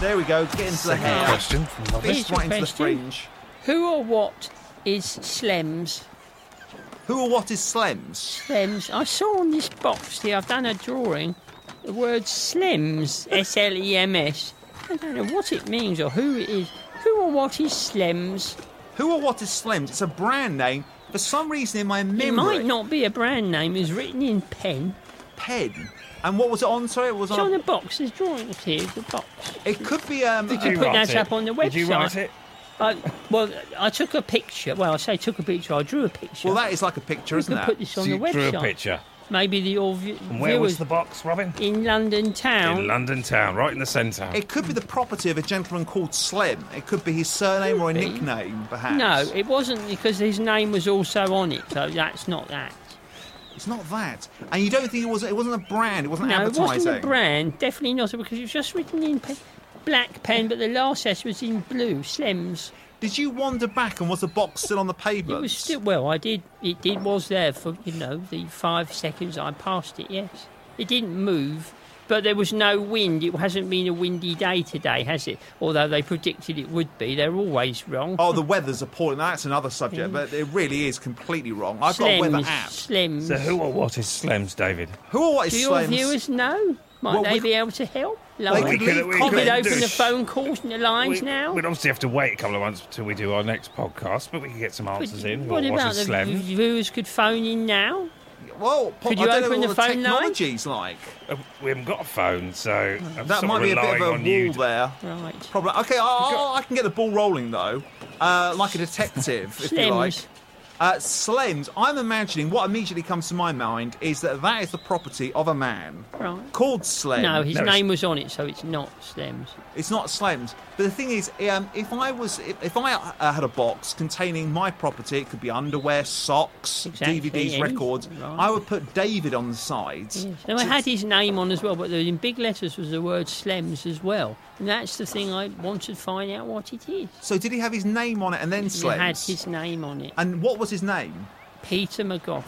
There we go, get into the hair. Question from Robbie. Here's This your right into the question. fringe. Who or what is Slems? Who or what is Slems? Slems. I saw on this box here, I've done a drawing, the word Slems, S L E M S. I don't know what it means or who it is. Who or what is Slems? Who or what is Slems? It's a brand name. For some reason in my It memory, might not be a brand name, it's written in pen. pen. And what was it on? Sorry, it was It's on on. the A, box, there's drawings here, the box. it could be um. Did a- you You put write that it. up on the Did you write website? it? I, well, I took a picture. Well, I say took a picture, I drew a picture. Well, that is like a picture, you isn't could that? put this on so you the website. drew a picture. Maybe the all view- And where was viewers the box, Robin? in London town. In London town, right in the centre. It could be the property of a gentleman called Slim. It could be his surname or a Could be. nickname, perhaps. No, it wasn't because his name was also on it, so that's not that. it's not that. And you don't think it was? It wasn't a brand. It wasn't No, it advertising. wasn't a brand, definitely not, because it was just written in pe- black pen, but the last S was in blue, Slims. Did you wander back and was the box still on the paper? It was still, well, I did, it did, was there for, you know, the five seconds I passed it, yes. It didn't move, but there was no wind. It hasn't been a windy day today, has it? Although they predicted it would be, they're always wrong. Oh, the weather's appalling. That's another subject, but it really is completely wrong. I've got a weather Slims, app. Slims. so who or what is Slems, David? Who or what is Do your Slims? viewers know? Might Well, they we- be able to help? They Like, could could- leave we could Could Comment. open the Douche. phone calls and the lines now? We'd obviously have to wait a couple of months until we do our next podcast, but we can get some But answers in. what What, what about is the Slems? viewers could phone in now? Well, Pop, Could you I don't open know the what phone line? technology's like. Uh, we haven't got a phone, so I'm That sort might of be a bit relying of a on you wall to- there. Right. Probably. Okay, I, I, I can get the ball rolling though, uh, like a detective, if you like. Slims. Uh, Slems. I'm imagining what immediately comes to my mind is that that is the property of a man Right. called Slem. No, his No, it's- name was on it, so it's not Slims. It's not Slims. But the thing is, um, if I was, if, if I uh, had a box containing my property, it could be underwear, socks, Exactly, DVDs, yeah. records. Right. I would put David on the sides. Yes. Now, I had his name on as well, but there- in big letters was the word Slims as well. And that's the thing I want to find out what it is. So did he have his name on it and then You had Slims? his name on it. And what was his name? Peter McGough.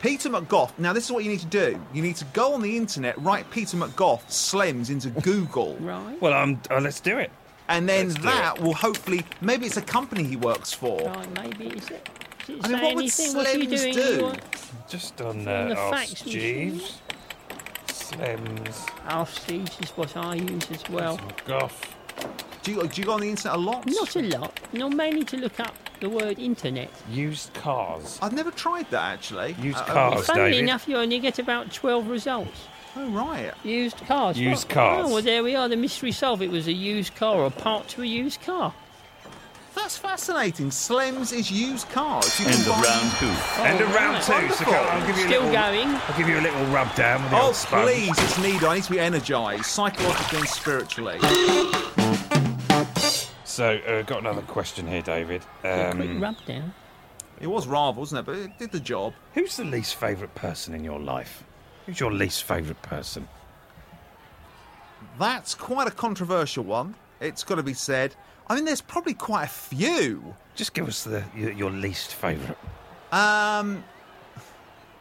Peter McGough. Now this is what you need to do. You need to go on the internet, write Peter McGough Slims [LAUGHS] into Google, Right. Well, um, uh, let's do it. and then Let's do that will hopefully maybe it's a company he works for. right, maybe. Is it, does it I say mean, what would anything? What are you Slims doing? do? You want- Just on, On uh, the Ask fax machine. Jeeves. Slems. Our siege is what I use as well. Goff. Do you do you go on the internet a lot? Not a lot. No, mainly to look up the word internet. Used cars. I've never tried that actually. Used Uh, cars, Funnily Oh, David. enough, you only get about 12 results. Oh right. Used cars. Used Well, cars. Oh, well, there we are. The mystery solved. It was a used car or part to a used car. That's fascinating. Slims is used cars. You can End of buy- round two. and a Oh, round two. right. So Wonderful. come on, I'll give you Still a little, going. I'll give you a little rub down with the Oh old sponge. please, it's needed. I need to be energised psychologically and spiritually. So, uh, got another question here, David. Quick Um, rub down. It was rather, wasn't it? But it did the job. who's the least favourite person in your life? Who's your least favourite person? That's quite a controversial one. It's got to be said. I mean, there's probably quite a few. Just give us the your, your least favourite. Um,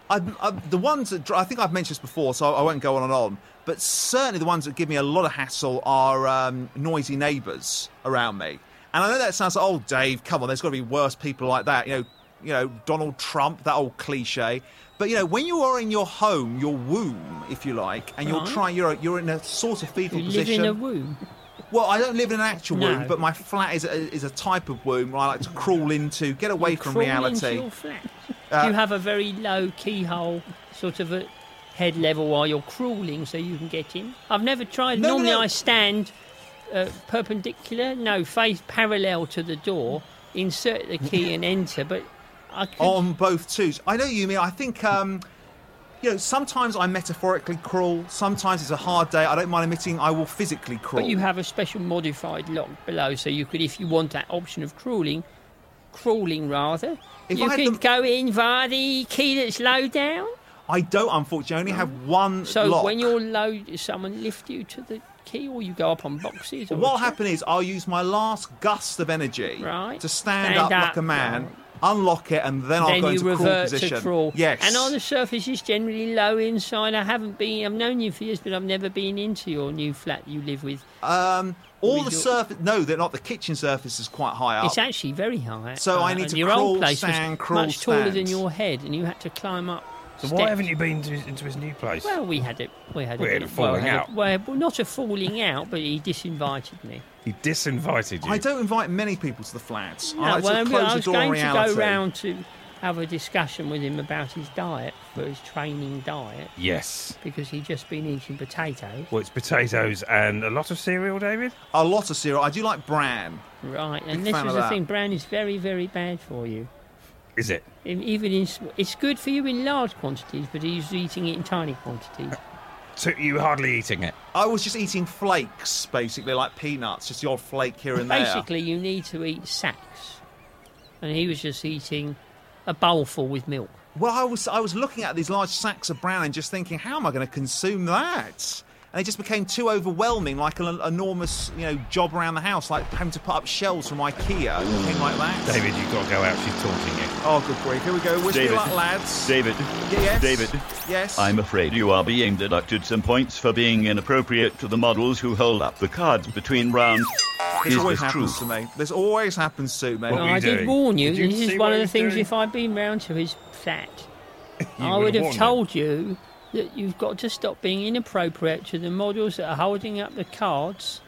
I, I, the ones that dr- I think I've mentioned this before, so I won't go on and on. But certainly the ones that give me a lot of hassle are um, noisy neighbours around me. And I know that sounds like, oh, Dave, come on, there's got to be worse people like that. You know, you know, Donald Trump, that old cliche. But you know, when you are in your home, your womb, if you like, and you're Right. trying, you're you're in a sort of fetal You live position. in a womb. Well, I don't live in an actual No. womb, but my flat is a, is a type of womb where I like to crawl into, get away You from crawl reality. Uh, Into your flat. you have a very low keyhole, sort of at head level while you're crawling, so you can get in. I've never tried. No, no, Normally, no. I stand uh, perpendicular, no, face parallel to the door. Insert the key and enter, but I [LAUGHS] could on both twos. I know you mean. I think um, you know. Sometimes I metaphorically crawl. Sometimes it's a hard day. I don't mind admitting I will physically crawl. But you have a special modified lock below, so you could, if you want that option of crawling, crawling rather, If you I had could the- go in via the key that's low down. I don't. Unfortunately, I only have one So lock. when you're low, does someone lift you to the key, or you go up on boxes. Or What'll happen is I'll use my last gust of energy Right. to stand, Stand up, like up. a man, unlock it, and then, I'll then go you into crawl revert position. to crawl. Yes. And on the surface, it's generally low inside. I haven't been. I've known you for years, but I've never been into your new flat you live with. um, all we the do- surface. No, they're not. The kitchen surface is quite high up. It's actually very high. Oh. uh, So I need and to your crawl, old place stand, was crawl, much taller than stand. your head, and you had to climb up. So steps. why haven't you been to, into his new place? Well, we had it. We had We a, had bit- a falling well, had a- out. well, well, not a falling out, but he disinvited me. he disinvited you. I don't invite many people to the flats. No, I like well, to I- close I was the door on going to reality. go round to have a discussion with him about his diet, but his training diet, Yes. because he'd just been eating potatoes. Well, it's potatoes and a lot of cereal, David. A lot of cereal. I do like bran. Right, Big and this fan was of the that. thing. Brown is very, very bad for you. Is it? In- Even in, sm- it's good for you in large quantities, but he's eating it in tiny [LAUGHS] quantities. So you were hardly eating it. I was just eating flakes, basically, like peanuts, just the odd flake here and there. Basically, you need to eat sacks, and he was just eating a bowlful with milk. Well, I was I was looking at these large sacks of bran and just thinking, how am I going to consume that? And it just became too overwhelming, like an enormous, you know, job around the house, like having to put up shelves from IKEA, thing like that. David, you've got to go out. She's taunting you. Oh, good grief! Here we go. Wish me David. luck, lads. David. Yes. David. Yes. I'm afraid you are being deducted some points for being inappropriate to the models who hold up the cards between rounds. This Is always this true? happens to me. This always happens to me. Well, Now, were you I doing? did warn you. Did you this see is one what of he the was things. doing? If I'd been round to his flat, You I would have warned told you that you've got to stop being inappropriate to the models that are holding up the cards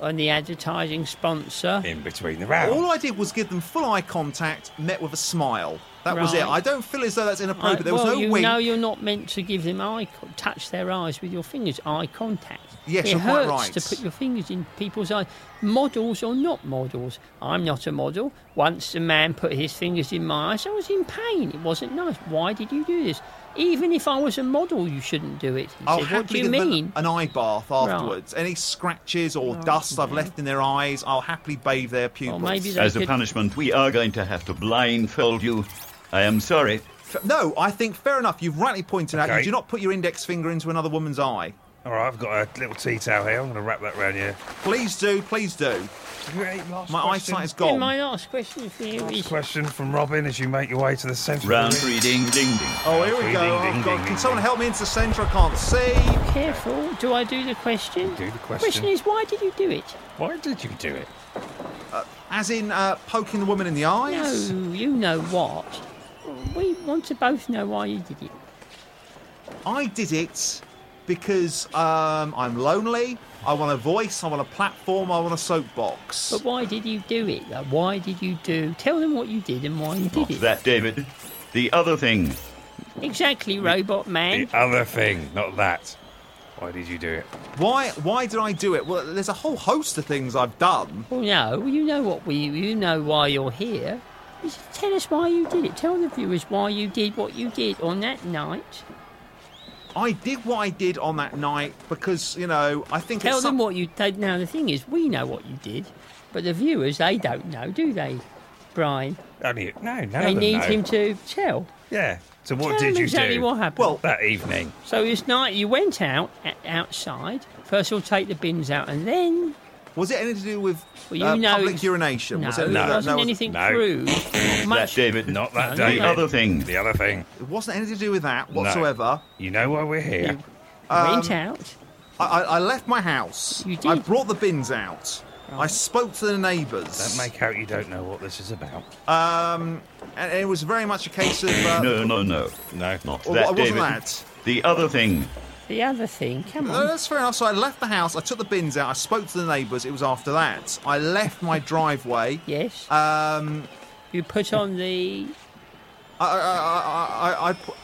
and the advertising sponsor. him in between the rounds. All I did was give them full eye contact, met with a smile. That was it. Right. I don't feel as though that's I- inappropriate. there was well, no you wink. know you're not meant to give them eye, con- touch their eyes with your fingers, eye contact. Yes, it you're quite hurts right. to put your fingers in people's eyes. Models or not models, I'm not a model. Once a man put his fingers in my eyes, I was in pain. It wasn't nice. Why did you do this? Even if I was a model, you shouldn't do it. He I'll said, what do happily you give them an- mean? Oh, an eye bath afterwards. Any scratches or dust I've left in their eyes, I'll happily bathe their pupils. maybe they- As a Could- punishment, we are going to have to blindfold you. I am sorry. F- No, I think fair enough. You've rightly pointed out Okay. you do not put your index finger into another woman's eye. All right, I've got a little tea towel here. I'm going to wrap that round you. Please do, please do. Have you got any last My question? eyesight is And gone. my last question for you Last is question from Robin as you make your way to the centre. Round of the three, ding, ding, ding. Oh, here Ding, we go. ding, Oh, ding, God. ding, Can ding, someone ding. help me into the centre? I can't see. careful. Do I do the question? Do the question. question is why did you do it? ring. Why did you do it? As in uh, poking the woman in the eyes. No, you know what? We want to both know why you did it. I did it because um, I'm lonely. I want a voice. I want a platform. I want a soapbox. But why did you do it? though? Why did you do? Tell them what you did and why you did Not it. that, David. The other thing. Exactly, robot man. The other thing, not that. Why did you do it? Why? Why did I do it? Well, there's a whole host of things I've done. Well, no, you know what we, you know why you're here. You should Tell us why you did it. Tell the viewers why you did what you did on that night. I did what I did on that night because you know I think. Tell it's them some- what you did. Now the thing is, we know what you did, but the viewers they don't know, do they, Brian? Only no, no. They need him to tell. Yeah. So what Tell did them you exactly do? what happened. Well, that evening. So this night you went out a- outside. First, we'll take the bins out, and then Was it anything to do with well, you uh, know public urination? No, was it, it No. wasn't no, anything no. crude. That, Much. David. Not that No, day. no, The no. other thing. The other thing. It wasn't anything to do with that No. whatsoever. You know why we're here. You Um, went out. I, I, I left my house. You I did. brought the bins out. I spoke to the neighbours. Don't make out you don't know what this is [LAUGHS] about. Um, and it was very much a case of. Uh, No, no, no. No, Not Well, that, what wasn't David. that? The other thing. The other thing. Come No, on. that's fair enough. So I left the house. I took the bins out. I spoke to the neighbours. It was after that. I left my driveway. Yes. Um, you put on the. I,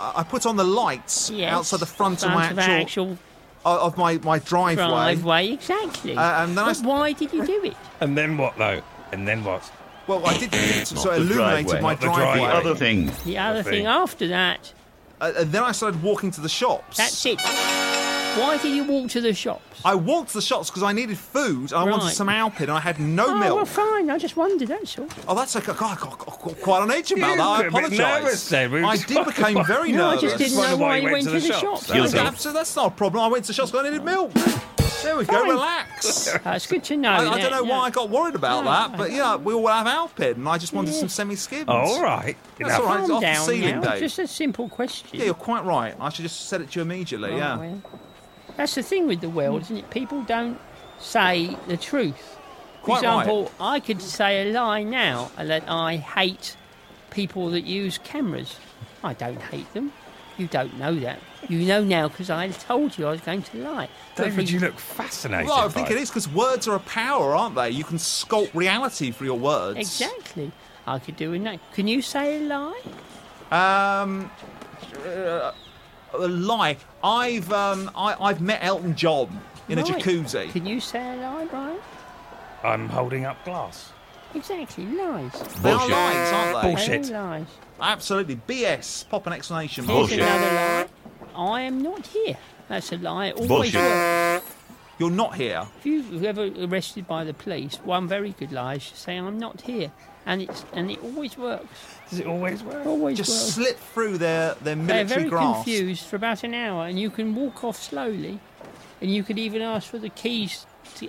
I, I, I, I put on the lights Yes, outside the front, front of my our actual, actual of my, my driveway. driveway. Exactly. Uh, and then I but s- why did you do it? And then what though? And then what? Well, I did it, so Not it the illuminated driveway. my Not the driveway. The Right. other thing. The other thing. thing after that. Uh, and then I started walking to the shops. That's it. Why did you walk to the shops? I walked to the shops because I needed food and I wanted Right. some Alpin and I had no oh, well, milk. fine. I just wondered, that's all. Oh, that's okay. God, I got, got- got quite on edge about You that. I were a bit apologise. nervous then. We I just- did [LAUGHS] became very No, I nervous. just didn't Wonder know why why you went you went to to the the shops. shops. You'll That's see. abs- So that's not a problem. I went to the shops because I needed milk. There we go. Fine. Relax. [LAUGHS] That's good to know. I, I that, don't know yeah. why I got worried about No, that, no, but no. yeah, we all have Alpin, and I just wanted some semi-skimmed. All right. That's Enough. all right. Calm It's off the down ceiling now. day. Just a simple question. Yeah, you're quite right. I should just said it to you immediately. Right, yeah. well, That's the thing with the world, isn't it? People don't say the truth. Quite For example, I could say a lie now and that I hate people that use cameras. I don't hate them. You don't know that. You know now because I told you I was going to lie. But if David, we- you look fascinated. Well, I think by it is because words are a power, aren't they? You can sculpt reality for your words. Exactly. I could do a name. Can you say a lie? Um, uh, a lie. I've um, I, I've met Elton John in a Right. jacuzzi. Can you say a lie, Brian? I'm holding up glass. Exactly. Lies. They are Bullshit. lies, aren't they? Bullshit. Shit. All lies. Absolutely BS. Pop an exclamation mark. Here's Bullshit. another lie. I am not here. That's a lie. It Always Bullshit. works. You're not here. If you're ever arrested by the police, one very good lie is to say, I'm not here. And it's and it always works. Does it always work? Always Just works. slip through their their They're military very grasp. confused for about an hour, and you can walk off slowly, and you could even ask for the keys to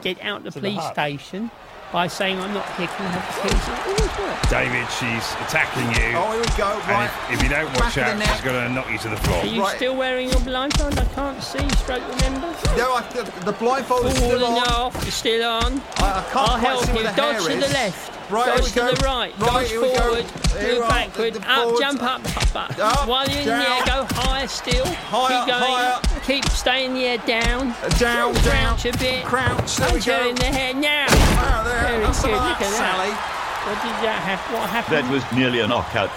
get out the To the police hut. station by saying, I'm not here, can I have the keys? It always works. David, she's attacking you. Oh, here we go. and Right. if, if you don't watch Back of the out, net. she's going to knock you to the floor. Are you Right. still wearing your blindfold? I can't see, stroke remember? No, I, the, the blindfold is All still and on. off, you're still on. I, I can't I'll quite help see you. where the dodge hair to is. the left. Right, here dodge we to go. the right. dodge here we go. forward. Here we Move are. backward. The Up, forwards. jump up, up, up. Up, While you're in the air, go down. higher still. Higher, Keep going. higher. Uh, Keep stay in the air. Down. Down, down. Crouch a bit. Crouch. There I'm we go. turning the head now. Oh, there. Very That's good. all Look right, at Sally. that. What did that happen? What happened? That was nearly a knockout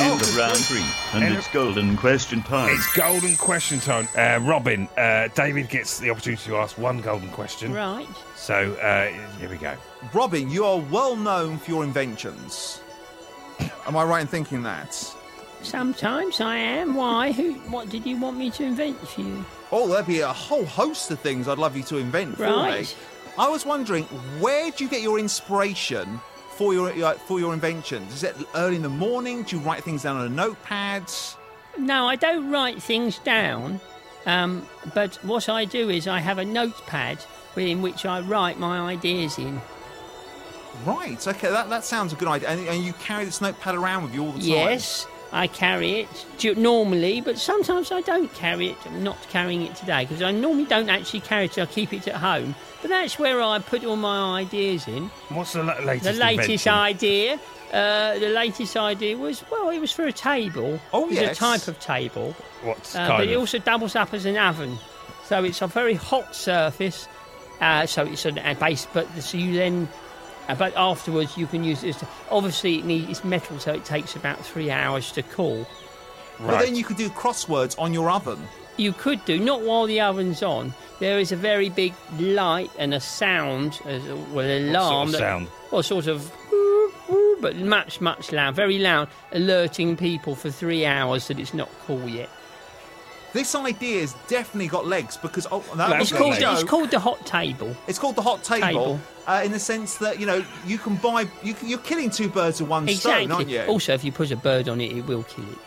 Oh. in the round three, and it's golden question time. It's golden question time. Uh, Robin, uh, David gets the opportunity to ask one golden question. right. So uh, here we go. Robin, you are well known for your inventions. Am I right in thinking that? Sometimes I am. Why? Who? What did you want me to invent for you? Oh, there'd be a whole host of things I'd love you to invent Right. for me. I was wondering, where do you get your inspiration for your uh, for your inventions? Is it early in the morning? Do you write things down on a notepad? No, I don't write things down. Um, but what I do is I have a notepad in which I write my ideas in. Right. Okay, that, that sounds a good idea. And, and you carry this notepad around with you all the time. Yes, I carry it ju- normally, but sometimes I don't carry it. I'm not carrying it today because I normally don't actually carry it. I keep it at home. But that's where I put all my ideas in. What's the la- latest? The latest invention? idea. Uh, the latest idea was well, it was for a table. Oh, it was yes. a type of table. What's Uh, but kind it of? also doubles up as an oven, so it's a very hot surface. Uh, so it's an, a base, but so you then, uh, but afterwards you can use it. as- Obviously, it needs, it's metal, so it takes about three hours to cool. But then you could do crosswords on your oven. You could do not while the oven's on. There is a very big light and a sound, as a- well, an What sort alarm. of that- sound? Well, sort of, but much, much loud, very loud, alerting people for three hours that it's not cool yet. This idea's definitely got legs because oh, that Legs was It's got gonna legs. called, go- it's called the hot table. It's called the hot table, Table. Uh, in the sense that you know you can buy. You, can- you're killing two birds with one Exactly. Oh, stone, aren't you? Also, if you put a bird on it, it will kill it.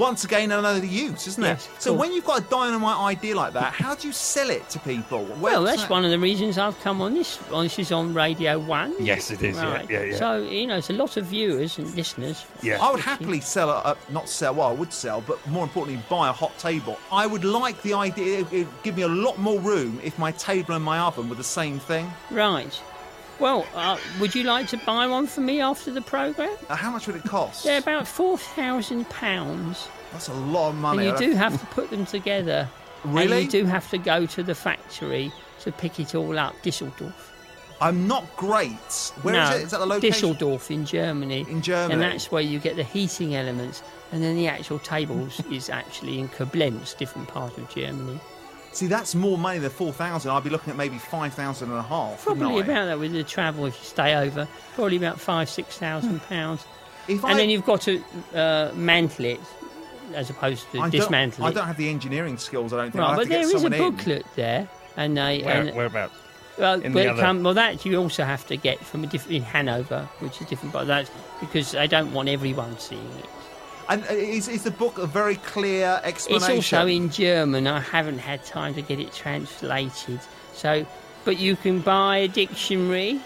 Once again, another use, isn't Yes, it? So cool. when you've got a dynamite idea like that, how do you sell it to people? Well, that's one of the reasons I've come on this. On this is on Radio One. is Yes, it is, yeah, yeah, yeah. So you know, it's a lot of viewers and listeners. yeah. I would happily sell, a, a, not sell, well, I would sell, but more importantly, buy a hot table. I would like the idea, it would give me a lot more room if my table and my oven were the same thing. Right. Well, uh, would you like to buy one for me after the program? Now, how much would it cost? They're about four thousand pounds, That's a lot of and money. you do have to put them together. Really? And you do have to go to the factory to pick it all up, Düsseldorf. I'm not great. Where is no, it? Is that the location? Düsseldorf in Germany. In Germany. And that's where you get the heating elements. And then the actual tables [LAUGHS] is actually in Koblenz, different part of Germany. See, that's more money than 4,000. I'd be looking at maybe 5,000 and a half. wouldn't Probably I? about that with the travel if you stay over. Probably about five, six thousand pounds. Hmm. If And I- then you've got to uh, mantle it as opposed to I don't, dismantle I it. don't have the engineering skills. I don't think. I'll have Right, but to get there is a someone in. booklet there, and they Where, and whereabouts? well, in but the it other- come- well, that you also have to get from a different in Hanover, which is different, but that's because they don't want everyone seeing it. And uh, is, is the book a very clear It's explanation? also in German. I haven't had time to get it translated. So, but you can buy a dictionary.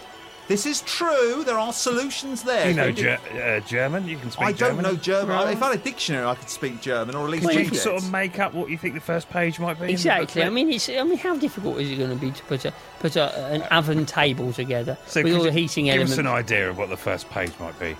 This is true. There are solutions there. You know Who did- Ger- uh, German? You can speak I don't German. know German. Right. If I had a dictionary, I could speak German or at least Well, You read can it. sort of make up what you think the first page might be. in the Exactly. booklet. I mean, it's. I mean, how difficult is it going to be to put a put a, an oven table together so with could all the you heating give elements? us an idea of what the first page might be.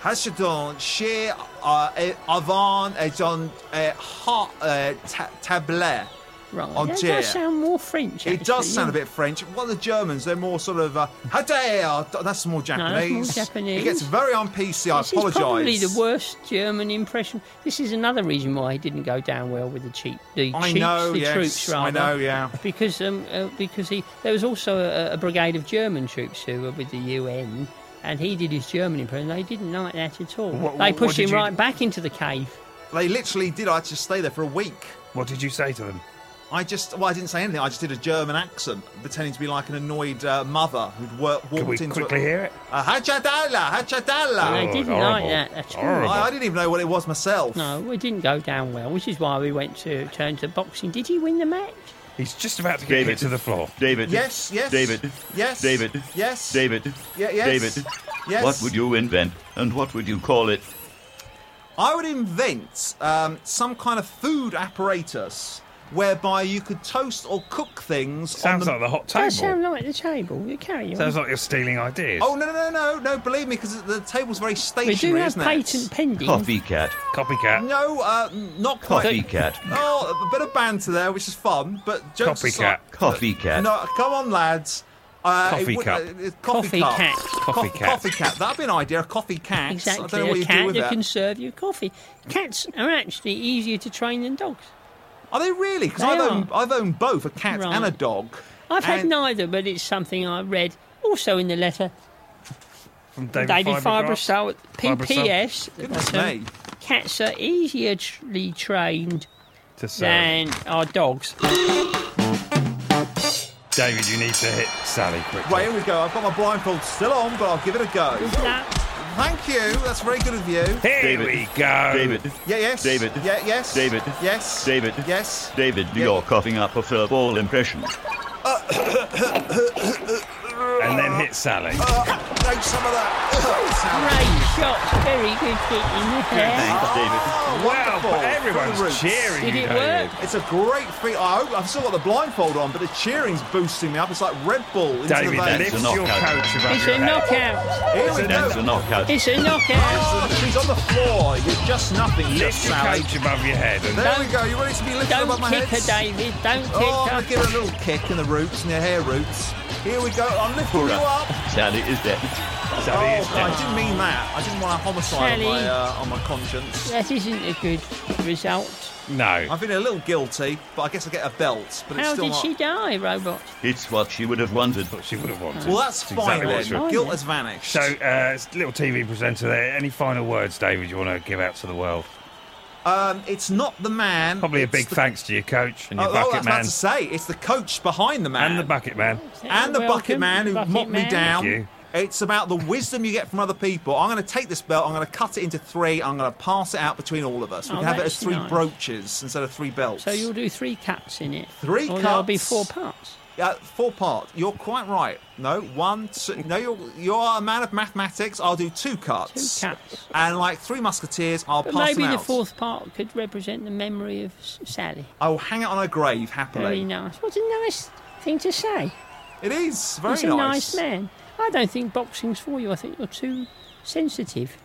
Hashadon Shir uh, eh, Avan Ejon eh, Ha eh, Ta- Table. right. on that chair. does sound more French. It does actually, sound a yeah. bit French. Well, the Germans, they're more sort of. Uh, Hadea! That's more Japanese. Japanese. It gets very on PC. I This is apologise. probably the worst German impression. This is another reason why he didn't go down well with the cheap, the I cheats, know, the yes. troops rather. I know, yeah. Because um, uh, because he there was also a, a brigade of German troops who were with the UN, and he did his German impression. They didn't like that at all. What- they what- pushed what did him you- right back into the cave. They literally did. I had to stay there for a week. What did you say to them? I just, well, I didn't say anything. I just did a German accent, pretending to be like an annoyed uh, mother who'd wor- walked Can we into. quickly a, hear it? Uh, Hachadala, Hachadala. Oh, And they didn't horrible. like that at all. Horrible. I, I didn't even know what it was myself. No, we didn't go down well, which is why we went to turn to boxing. Did he win the match? He's just about to get David kicked to the floor. David. Yes, yes. David. Yes. David. Yes. David. Ye- yes. David. Yes. What would you invent and what would you call it? I would invent um, some kind of food apparatus whereby you could toast or cook things Sounds on like the hot Does sound table. like the table. You carry on. Sounds like you're stealing ideas. Oh no no no no no! Believe me, because the table's very we stationary, do have isn't patent it? Oh, pending. Copycat. Copycat. No, uh, n- not quite. Copycat. Oh, a bit of banter there, which is fun, but jokes Copycat. aside- Copycat. No, come on, lads. Uh, Coffee it would- cup. uh, it's coffee Coffee cup. cat. Co- Coffee cat. Coffee cat. That'd be an idea. A coffee cat. I Exactly, don't know what a you do cat with that that. can serve you coffee. Cats are actually easier to train than dogs. Are they really? Because They I've are. owned, I've owned both a cat Right. and a dog. I've had And- neither, but it's something I read also in the letter. From David, David Fibreglass. Fibrosol, Fibrosol. PPS. Goodness that's, um, me. Cats are easier tra- trained To serve. than our dogs. David, you need to hit Sally quickly. Right, here we go. I've got my blindfold still on, but I'll give it a go. That- Thank you. That's very good of you. Here David. we go. David. Yeah, yes. David. Yeah, yes. David. Yes. David. Yes. David, Yeah. you're coughing up a furball impression. And then hit Sally. Oh, take some of that. Great shot, very good kick in there. Thanks, David. Oh, wow, wonderful. but From the roots. everyone's cheering Did you, it David. work? It's a great feat. I hope I've still got the blindfold on, but the cheering's boosting me up. It's like Red Bull into David, the veins. a lift knockout. your coach above It's your a head. knockout. Here we That's a go. knockout. It's a knockout. Oh, she's on the floor. You're just nothing. You're Lift your Sally. coach above your head. And There we go. You ready to be lifted above Don't my kick head? her, David. Don't kick Oh, I'm her. gonna give her a little kick in the roots, in the hair roots. Here we go. I'm lifting you up. Sally is dead. Sally is Oh, down. I didn't mean that. I didn't want a homicide on Sally. my, uh, on my conscience. That isn't a good result. No. I'm feeling a little guilty, but I guess I get a belt. But it's How still did not... she die, robot? It's what she would have wanted. Thought she would have wanted. Well, that's It's fine exactly what she then. wanted. Guilt has vanished. So, uh, it's a little TV presenter there. Any final words, David, you want to give out to the world? um, it's not the man. Probably a it's big the... thanks to your coach and Oh, your oh, I bucket was about man. to say, it's the coach behind the man And the bucket man. and the bucket Welcome, man who bucket mopped me man. down. Thank you. It's about the wisdom you get from other people. I'm going to take this belt. I'm going to cut it into three. I'm going to pass it out between all of us. We Oh, can have it that's as three nice. brooches instead of three belts. So you'll do three cuts in it. Three or There'll be cuts? four parts. Uh, four part. You're quite right. No, one, two. No, you're, you're a man of mathematics. I'll do two Two cuts. cuts. And like three musketeers, I'll But pass maybe them the out. fourth part could represent the memory of S- Sally. I will hang it on her grave happily. Very nice. What a nice thing to say. It is very He's a nice. man. I don't think boxing's for you. I think you're too sensitive.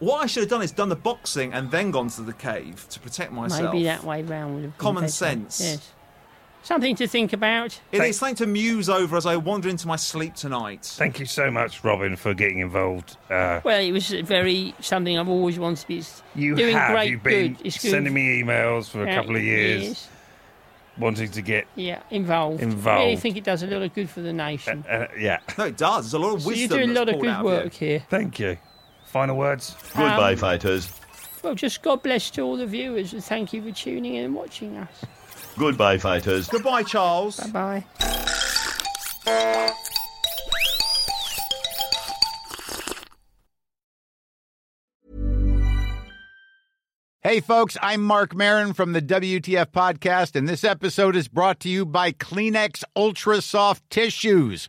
What I should have done is done the boxing and then gone to the cave to protect myself. Maybe that way round would have been Common better. sense. Yes. Something to think about. It is something to muse over as I wander into my sleep tonight. Thank you so much, Robin, for getting involved. Uh, Well, it was very something I've always wanted to be. It's you doing have. great You've been good. It's good. Uh, sending me emails for a great couple of years, wanting to get. Yeah, involved. I really Involved. think it does a lot of good for the nation. Uh, yeah. [LAUGHS] No, it does. There's a lot of so wisdom. you do a that's lot of poured good out you. work here. Um. Thank you. Final words? Goodbye, fighters. Well, just God bless to all the viewers and thank you for tuning in and watching us. Goodbye, fighters. Goodbye, Charles. Bye. Hey, folks, I'm Mark Marin from the WTF Podcast, and this episode is brought to you by Kleenex Ultra Soft Tissues,